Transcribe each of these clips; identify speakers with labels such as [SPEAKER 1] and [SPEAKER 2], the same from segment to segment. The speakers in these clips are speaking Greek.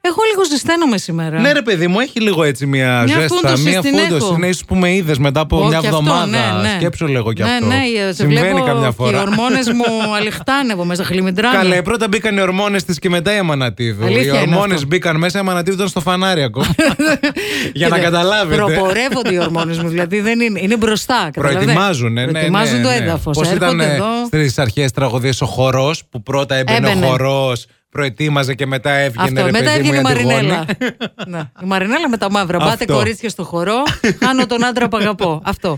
[SPEAKER 1] Εγώ λίγο ζεσταίνομαι σήμερα.
[SPEAKER 2] Ναι, ρε παιδί μου, έχει λίγο έτσι μια
[SPEAKER 1] Μια
[SPEAKER 2] ζέστα.
[SPEAKER 1] φούντωση
[SPEAKER 2] μια
[SPEAKER 1] στην έχω.
[SPEAKER 2] Είναι ίσως που με είδες μετά από
[SPEAKER 1] Ω,
[SPEAKER 2] μια
[SPEAKER 1] και αυτό,
[SPEAKER 2] εβδομάδα.
[SPEAKER 1] ναι, ναι.
[SPEAKER 2] Σκέψου λίγο κι
[SPEAKER 1] ναι,
[SPEAKER 2] αυτό.
[SPEAKER 1] Ναι, σε
[SPEAKER 2] Συμβαίνει
[SPEAKER 1] βλέπω
[SPEAKER 2] καμιά
[SPEAKER 1] Και οι
[SPEAKER 2] φορά.
[SPEAKER 1] ορμόνες μου αληχτάνευω μέσα, χλιμιντράνε.
[SPEAKER 2] Καλέ, πρώτα μπήκαν οι ορμόνες της και μετά η Αμανατίδου.
[SPEAKER 1] Αλήθεια
[SPEAKER 2] οι
[SPEAKER 1] είναι
[SPEAKER 2] ορμόνες
[SPEAKER 1] αυτό.
[SPEAKER 2] μπήκαν μέσα, η Αμανατίδου ήταν στο φανάρι ακόμα. Για να
[SPEAKER 1] Κοίτα,
[SPEAKER 2] καταλάβετε.
[SPEAKER 1] Προπορεύονται οι ορμόνες μου, δηλαδή δεν είναι, είναι μπροστά. καταλαβαίνετε.
[SPEAKER 2] Προετοιμάζουν, ναι, ναι,
[SPEAKER 1] Προετοιμάζουν
[SPEAKER 2] ναι,
[SPEAKER 1] το
[SPEAKER 2] ναι.
[SPEAKER 1] έδαφος.
[SPEAKER 2] Πώς
[SPEAKER 1] Έρχονται
[SPEAKER 2] ήταν
[SPEAKER 1] εδώ.
[SPEAKER 2] στις αρχές τραγωδίες ο χορός που πρώτα έμπαινε,
[SPEAKER 1] Έμπαινε.
[SPEAKER 2] ο χορός, προετοίμαζε και μετά έβγαινε.
[SPEAKER 1] Αυτό.
[SPEAKER 2] ρε
[SPEAKER 1] Μετά
[SPEAKER 2] παιδί μου,
[SPEAKER 1] έβγαινε η
[SPEAKER 2] Αντιγόνη.
[SPEAKER 1] Μαρινέλα. ναι. Η Μαρινέλα με τα μαύρα. Πάτε
[SPEAKER 2] Αυτό.
[SPEAKER 1] κορίτσια στο χορό. Κάνω τον άντρα που αγαπώ. Αυτό.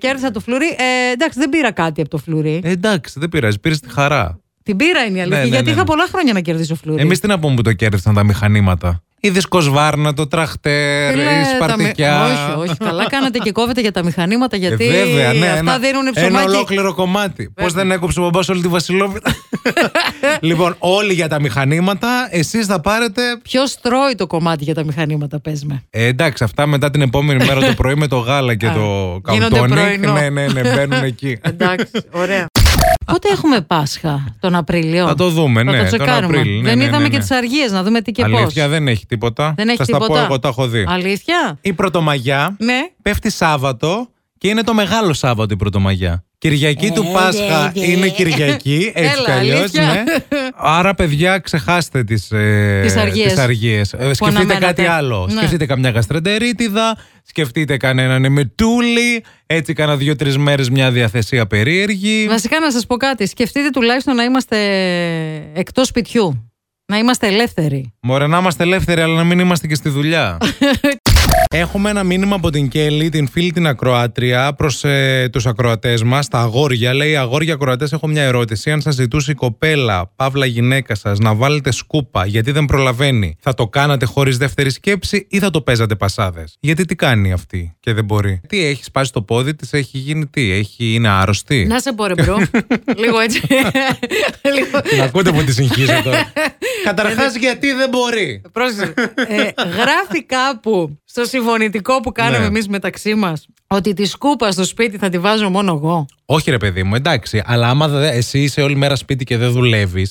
[SPEAKER 1] Κέρδισα το φλουρί. Ε, εντάξει, δεν πήρα κάτι από το φλουρί.
[SPEAKER 2] Ε, εντάξει, δεν πειράζει, πήρες τη χαρά.
[SPEAKER 1] Την πήρα είναι η αλήθεια.
[SPEAKER 2] ναι,
[SPEAKER 1] γιατί
[SPEAKER 2] ναι,
[SPEAKER 1] είχα
[SPEAKER 2] ναι.
[SPEAKER 1] πολλά χρόνια να κερδίσω φλουρί.
[SPEAKER 2] Εμείς τι να πούμε που το κέρδισαν τα μηχανήματα. Είδες κοσβάρνα, το τραχτέρ,
[SPEAKER 1] Φίλε,
[SPEAKER 2] η
[SPEAKER 1] Ε, ναι, τα
[SPEAKER 2] σπαρτικιά.
[SPEAKER 1] μη- Όχι, όχι. Καλά κάνατε και κόβετε για τα μηχανήματα
[SPEAKER 2] Ε,
[SPEAKER 1] γιατί
[SPEAKER 2] βέβαια, ναι,
[SPEAKER 1] αυτά
[SPEAKER 2] ένα,
[SPEAKER 1] δίνουν
[SPEAKER 2] Ένα
[SPEAKER 1] ψωμάκι. Ε.
[SPEAKER 2] ολόκληρο κομμάτι. Πώς δεν έκοψε ο μπαμπάς όλη τη Βασιλόπιτα. λοιπόν, όλοι για τα μηχανήματα, εσείς θα πάρετε.
[SPEAKER 1] Ποιος τρώει το κομμάτι για τα μηχανήματα, πες με.
[SPEAKER 2] Ε, εντάξει, αυτά μετά την επόμενη μέρα το πρωί με το γάλα και το
[SPEAKER 1] γίνονται
[SPEAKER 2] καουτόνι.
[SPEAKER 1] πρωινό.
[SPEAKER 2] Ναι, ναι, ναι, μπαίνουν εκεί.
[SPEAKER 1] Εντάξει, ωραία. Πότε έχουμε Πάσχα, τον Απρίλιο.
[SPEAKER 2] Θα το δούμε,
[SPEAKER 1] Θα
[SPEAKER 2] ναι,
[SPEAKER 1] το
[SPEAKER 2] τον
[SPEAKER 1] τσεκάρουμε.
[SPEAKER 2] Απρίλιο, ναι,
[SPEAKER 1] δεν
[SPEAKER 2] ναι, ναι,
[SPEAKER 1] είδαμε
[SPEAKER 2] ναι.
[SPEAKER 1] και τις αργίες, να δούμε τι και πώ.
[SPEAKER 2] Αλήθεια δεν έχει τίποτα.
[SPEAKER 1] Δεν έχει
[SPEAKER 2] θα στα
[SPEAKER 1] τίποτα.
[SPEAKER 2] πω εγώ, τα έχω δει.
[SPEAKER 1] Αλήθεια.
[SPEAKER 2] Η Πρωτομαγιά
[SPEAKER 1] Ναι.
[SPEAKER 2] πέφτει Σάββατο και είναι το μεγάλο Σάββατο η Πρωτομαγιά. Κυριακή του Πάσχα
[SPEAKER 1] ναι, ναι.
[SPEAKER 2] είναι Κυριακή, έτσι
[SPEAKER 1] Έλα,
[SPEAKER 2] κι αλλιώς.
[SPEAKER 1] αλήθεια.
[SPEAKER 2] Ναι. Άρα, παιδιά, ξεχάστε τις ε,
[SPEAKER 1] Τις αργίες.
[SPEAKER 2] τις αργίες. Ε, σκεφτείτε
[SPEAKER 1] αναμένατε.
[SPEAKER 2] κάτι άλλο.
[SPEAKER 1] Ναι.
[SPEAKER 2] Σκεφτείτε καμιά γαστρεντερίτιδα, σκεφτείτε κανέναν εμετούλη, έτσι κάνα δύο-τρει μέρες μια διαθεσία περίεργη.
[SPEAKER 1] Βασικά να σας πω κάτι. Σκεφτείτε τουλάχιστον να είμαστε εκτός σπιτιού. Να είμαστε ελεύθεροι.
[SPEAKER 2] Μωρέ, να είμαστε ελεύθεροι, αλλά να μην είμαστε και στη δουλειά. Έχουμε ένα μήνυμα από την Κέλλη, την φίλη την Ακροάτρια, προς ε, τους ακροατές μας, τα αγόρια. Λέει: Αγόρια ακροατές, έχω μια ερώτηση. Αν σας ζητούσε η κοπέλα, παύλα γυναίκα σας, να βάλετε σκούπα γιατί δεν προλαβαίνει, θα το κάνατε χωρίς δεύτερη σκέψη ή θα το παίζατε πασάδες. Γιατί τι κάνει αυτή και δεν μπορεί. Τι έχει σπάσει το πόδι της, έχει γίνει τι, έχει, είναι άρρωστη.
[SPEAKER 1] Να σε πω ρε μπρο. Λίγο έτσι. Λίγο.
[SPEAKER 2] Την ακούτε που τη συγχύζω τώρα. Καταρχάς, γιατί δεν μπορεί.
[SPEAKER 1] Πρόσεξε. Ε, γράφει κάπου στο συμφωνητικό που κάναμε
[SPEAKER 2] Ναι.
[SPEAKER 1] εμείς μεταξύ μας ότι τη σκούπα στο σπίτι θα τη βάζω μόνο εγώ.
[SPEAKER 2] Όχι, ρε παιδί μου, εντάξει. Αλλά άμα δε, εσύ είσαι όλη μέρα σπίτι και δεν δουλεύεις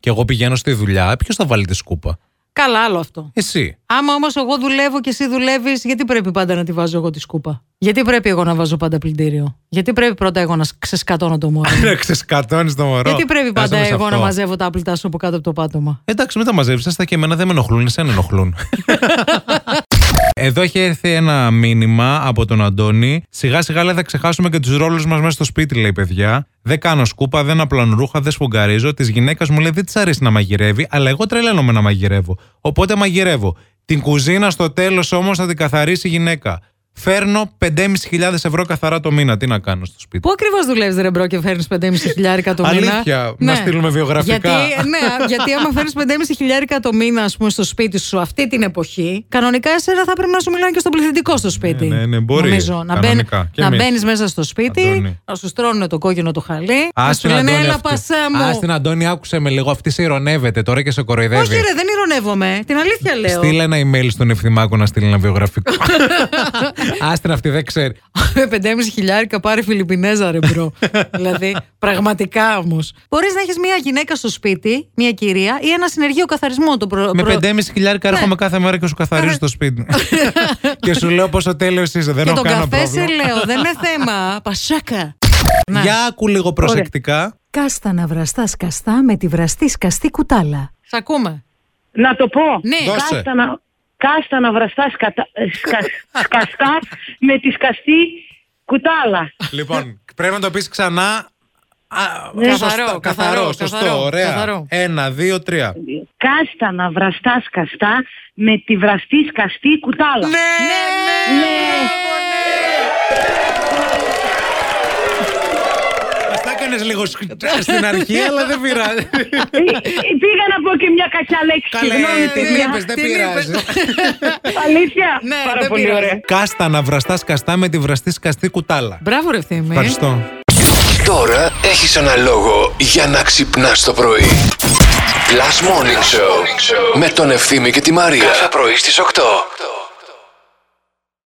[SPEAKER 2] και εγώ πηγαίνω στη δουλειά, ποιος θα βάλει τη σκούπα.
[SPEAKER 1] Καλά άλλο αυτό.
[SPEAKER 2] Εσύ.
[SPEAKER 1] Άμα όμως εγώ δουλεύω και εσύ δουλεύεις, γιατί πρέπει πάντα να τη βάζω εγώ τη σκούπα. Γιατί πρέπει εγώ να βάζω πάντα πλυντήριο. Γιατί πρέπει πρώτα εγώ να ξεσκατώνω το μόνο.
[SPEAKER 2] Να ξεσκατώνεις το μωρό.
[SPEAKER 1] Γιατί πρέπει πάντα
[SPEAKER 2] Κάθομαι σε
[SPEAKER 1] εγώ
[SPEAKER 2] αυτό.
[SPEAKER 1] να μαζεύω τα άπλυτά σου από κάτω από το πάτωμα.
[SPEAKER 2] Εντάξει, μην τα μαζεύει. Αυτά και εμένα δεν με ενοχλούν, εσένα ενοχλούν. Εδώ έχει έρθει ένα μήνυμα από τον Αντώνη. Σιγά σιγά λέει θα ξεχάσουμε και τους ρόλους μας μέσα στο σπίτι, λέει παιδιά. Δεν κάνω σκούπα, δεν απλώνω ρούχα, δεν σφουγγαρίζω. Της γυναίκας μου λέει δεν της αρέσει να μαγειρεύει, αλλά εγώ τρελαίνομαι να μαγειρεύω. Οπότε μαγειρεύω. Την κουζίνα στο τέλος όμως θα την καθαρίσει η γυναίκα. Φέρνω 5.500 ευρώ καθαρά το μήνα. Τι να κάνω στο σπίτι.
[SPEAKER 1] Πού ακριβώς δουλεύεις, Ρεμπρό, και φέρνει 5,5 χιλιάρικα το μήνα. Ναι.
[SPEAKER 2] Αλήθεια, να στείλουμε βιογραφικά.
[SPEAKER 1] Γιατί, ναι, γιατί άμα φέρνεις 5,5 χιλιάρικα το μήνα, ας πούμε, στο σπίτι σου αυτή την εποχή, κανονικά εσένα θα πρέπει να σου μιλάνε και στον πληθυντικό στο σπίτι.
[SPEAKER 2] Ναι, ναι, ναι, μπορεί.
[SPEAKER 1] Νομίζω. Να, μπαίνει,
[SPEAKER 2] Κανονικά. Και
[SPEAKER 1] να
[SPEAKER 2] εμείς.
[SPEAKER 1] μπαίνεις μέσα στο σπίτι,
[SPEAKER 2] Αντώνη.
[SPEAKER 1] να σου στρώνουν το κόκκινο το χαλί. να
[SPEAKER 2] Ας
[SPEAKER 1] σου
[SPEAKER 2] την
[SPEAKER 1] λένε,
[SPEAKER 2] Αντώνη
[SPEAKER 1] έλα
[SPEAKER 2] αυτή.
[SPEAKER 1] πασά μου.
[SPEAKER 2] Ας την Αντώνη, άκουσε με λίγο. Αυτή σε ηρωνεύεται τώρα και σε κοροϊδεύει.
[SPEAKER 1] Όχι, ρε, δεν ηρωνεύομαι. Την αλήθεια λέω.
[SPEAKER 2] Στείλε ένα email στον ευθυμάκο να στείλει ένα βιογραφικό. Άστρα αυτή δεν ξέρει.
[SPEAKER 1] 5,5 χιλιάρικα πάρει Φιλιππινέζα, ρε μπρο. δηλαδή, πραγματικά όμως. Μπορείς να έχεις μια γυναίκα στο σπίτι, μια κυρία, ή ένα συνεργείο καθαρισμού. Το προ...
[SPEAKER 2] Με
[SPEAKER 1] προ- Ναι.
[SPEAKER 2] 5,5 χιλιάρικα έρχομαι κάθε μέρα και σου καθαρίζω το σπίτι. και σου λέω πόσο τέλειος είσαι. Δεν
[SPEAKER 1] Και
[SPEAKER 2] έχω
[SPEAKER 1] τον
[SPEAKER 2] κανένα
[SPEAKER 1] καφέ σε
[SPEAKER 2] πρόβλημα.
[SPEAKER 1] λέω, δεν είναι θέμα. Πασάκα. Ναι.
[SPEAKER 2] Για άκου λίγο προσεκτικά.
[SPEAKER 3] Κάστανα βραστά σκαστά με τη βραστή σκαστή κουτάλα.
[SPEAKER 1] Σ' ακούμε.
[SPEAKER 4] Να το πω.
[SPEAKER 1] Ναι.
[SPEAKER 2] Δώσε.
[SPEAKER 4] Κάστανα, κάστανα βραστά σκατα, ε, σκα- σκαστά με τη
[SPEAKER 1] Ναι,
[SPEAKER 4] σκαστή κουτάλα.
[SPEAKER 2] Λοιπόν, πρέπει να το πεις ξανά. Α,
[SPEAKER 1] Ναι.
[SPEAKER 2] σωστά,
[SPEAKER 1] Καθαρό, καθαρό,
[SPEAKER 2] σωστό,
[SPEAKER 1] καθαρό,
[SPEAKER 2] ωραία.
[SPEAKER 1] καθαρό.
[SPEAKER 2] Ένα, δύο, τρία.
[SPEAKER 4] Κάστανα βραστά σκαστά με τη βραστή σκαστή κουτάλα.
[SPEAKER 1] ναι, ναι.
[SPEAKER 2] Μας τα έκανε λίγο σκ- στην αρχή, αλλά δεν πειράζει.
[SPEAKER 4] Ε, ε, Πήγα να πω και μια κακιά λέξη.
[SPEAKER 2] Καλέ,
[SPEAKER 4] Συγγνώμη,
[SPEAKER 2] την
[SPEAKER 4] παιδιά.
[SPEAKER 2] είπες, δεν
[SPEAKER 1] την
[SPEAKER 2] πειράζει.
[SPEAKER 4] Αλήθεια.
[SPEAKER 1] Ναι,
[SPEAKER 4] Πάρα
[SPEAKER 1] δεν
[SPEAKER 4] πολύ
[SPEAKER 1] πειράζει.
[SPEAKER 4] ωραία.
[SPEAKER 2] Κάστανα βραστά σκαστά με τη βραστή σκαστή κουτάλα.
[SPEAKER 1] Μπράβο, ρε Φθήμη.
[SPEAKER 2] Ευχαριστώ.
[SPEAKER 5] Τώρα έχεις ένα λόγο για να ξυπνάς το πρωί. Last Morning Show με τον Ευθύμη και τη Μαρία. Κάθε πρωί στις 8.